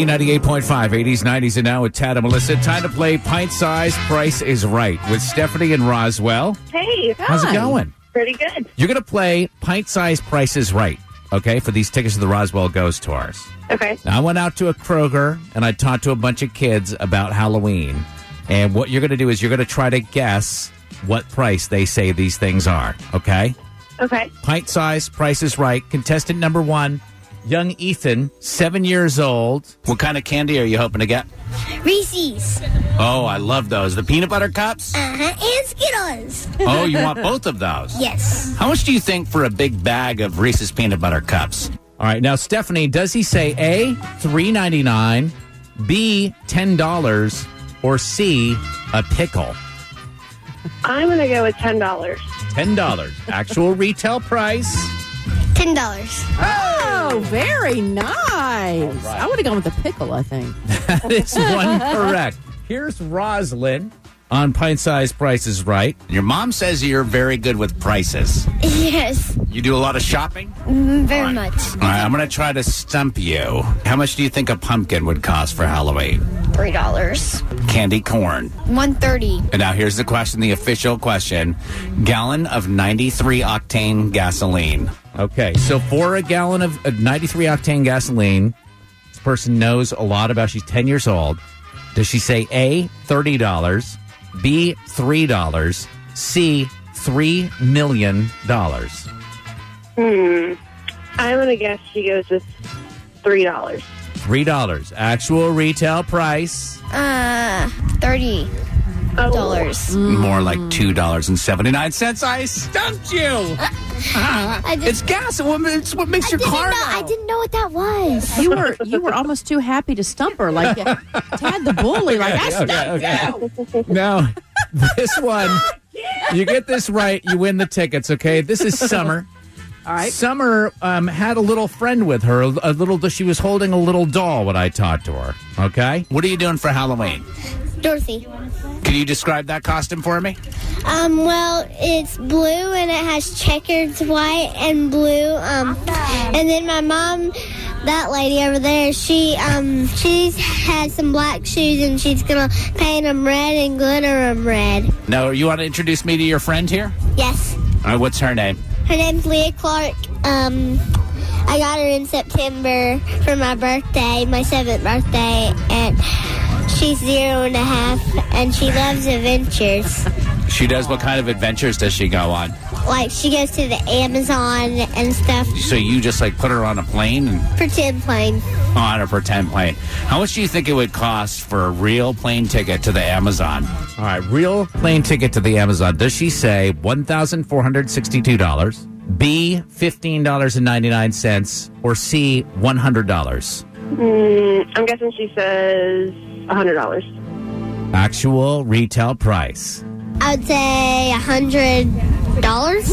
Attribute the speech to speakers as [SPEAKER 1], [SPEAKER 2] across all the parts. [SPEAKER 1] B98.5, 80s, 90s, and now with Tad and Melissa. Time to play Pint Size Price is Right with Stephanie and Roswell.
[SPEAKER 2] Hey,
[SPEAKER 1] How's it
[SPEAKER 3] Hi.
[SPEAKER 1] going?
[SPEAKER 2] pretty good.
[SPEAKER 1] You're going to play Pint Size Price is Right, okay, for these tickets to the Roswell Ghost Tours.
[SPEAKER 2] Okay.
[SPEAKER 1] Now, I went out to a Kroger and I talked to a bunch of kids about Halloween. And what you're going to do is you're going to try to guess what price they say these things are, okay?
[SPEAKER 2] Okay.
[SPEAKER 1] Pint size, price is right. Contestant number one, young Ethan, seven years old. What kind of candy are you hoping to get?
[SPEAKER 4] Reese's.
[SPEAKER 1] Oh, I love those. The peanut butter cups?
[SPEAKER 4] Uh-huh. And Skittles.
[SPEAKER 1] Oh, you want both of those?
[SPEAKER 4] Yes.
[SPEAKER 1] How much do you think for a big bag of Reese's peanut butter cups? All right, now Stephanie, does he say A three ninety nine, B ten dollars, or C a pickle?
[SPEAKER 2] I'm going to go with $10.
[SPEAKER 1] Ten dollars, actual retail price.
[SPEAKER 4] Ten dollars.
[SPEAKER 3] Oh, very nice. I would have gone with the pickle, I think.
[SPEAKER 1] That is one correct. Here's Roslyn on Pint Size Prices Right.
[SPEAKER 5] Your mom says you're very good with prices.
[SPEAKER 4] Yes.
[SPEAKER 5] You do a lot of shopping?
[SPEAKER 4] Mm, Very much.
[SPEAKER 5] All right, I'm going to try to stump you. How much do you think a pumpkin would cost for Halloween?
[SPEAKER 4] Three dollars.
[SPEAKER 5] Candy corn.
[SPEAKER 4] One thirty.
[SPEAKER 5] And now here's the question, the official question. Gallon of 93 octane gasoline.
[SPEAKER 1] Okay, so for a gallon of uh, 93 octane gasoline, this person knows a lot about. She's 10 years old. Does she say A, $30, B, $3, C, $3 million? $3
[SPEAKER 2] I'm going to guess she goes with $3.
[SPEAKER 1] actual retail price.
[SPEAKER 4] Uh thirty
[SPEAKER 2] Oh,
[SPEAKER 4] dollars.
[SPEAKER 5] More like $2.79. I stumped you.
[SPEAKER 3] Uh,
[SPEAKER 4] I did,
[SPEAKER 5] It's gas. It's what- It's what makes
[SPEAKER 4] I
[SPEAKER 5] your
[SPEAKER 4] didn't know
[SPEAKER 5] car
[SPEAKER 4] I didn't know what that was.
[SPEAKER 3] You were you were almost too happy to stump her, like uh, Tad the bully, like I stumped you.
[SPEAKER 1] Now, this one, you get this right, you win the tickets, okay? This is Summer.
[SPEAKER 3] All right.
[SPEAKER 1] Summer um, had a little friend with her, a little, she was holding a little doll when I talked to her, okay?
[SPEAKER 5] What are you doing for Halloween?
[SPEAKER 4] Dorothy.
[SPEAKER 5] Can you describe that costume for me?
[SPEAKER 4] Um, well, it's blue and it has checkers white and blue. Um, and then my mom, that lady over there, she um she's had some black shoes and she's gonna paint them red and glitter them red.
[SPEAKER 5] No, you want to introduce me to your friend here?
[SPEAKER 4] Yes.
[SPEAKER 5] All right, what's her name?
[SPEAKER 4] Her name's Leah Clark. Um, I got her in September for my birthday, my seventh birthday, and she's zero and a half, and she loves adventures.
[SPEAKER 5] She does what kind of adventures does she go on?
[SPEAKER 4] Like she goes to the Amazon and stuff,
[SPEAKER 5] So you just like put her on a plane and
[SPEAKER 4] pretend plane.
[SPEAKER 5] on a pretend plane. How much do you think it would cost for a real plane ticket to the Amazon?
[SPEAKER 1] All right, real plane ticket to the Amazon. Does she say $1,462, B, $15.99, or C, $100?
[SPEAKER 2] mm, I'm guessing she says $100.
[SPEAKER 1] Actual retail price.
[SPEAKER 4] I would say a hundred dollars.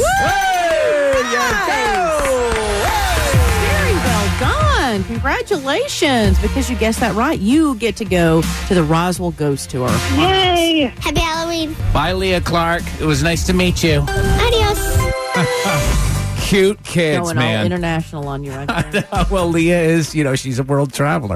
[SPEAKER 3] Very well done. Congratulations. Because you guessed that right, you get to go to the Roswell Ghost Tour.
[SPEAKER 2] Yay!
[SPEAKER 4] Happy Halloween.
[SPEAKER 5] Bye, Leah Clark. It was nice to meet you.
[SPEAKER 4] Adios.
[SPEAKER 1] Cute kids,
[SPEAKER 3] Going all
[SPEAKER 1] man.
[SPEAKER 3] international on you right there.
[SPEAKER 1] well, Leah is, you know, she's a world traveler.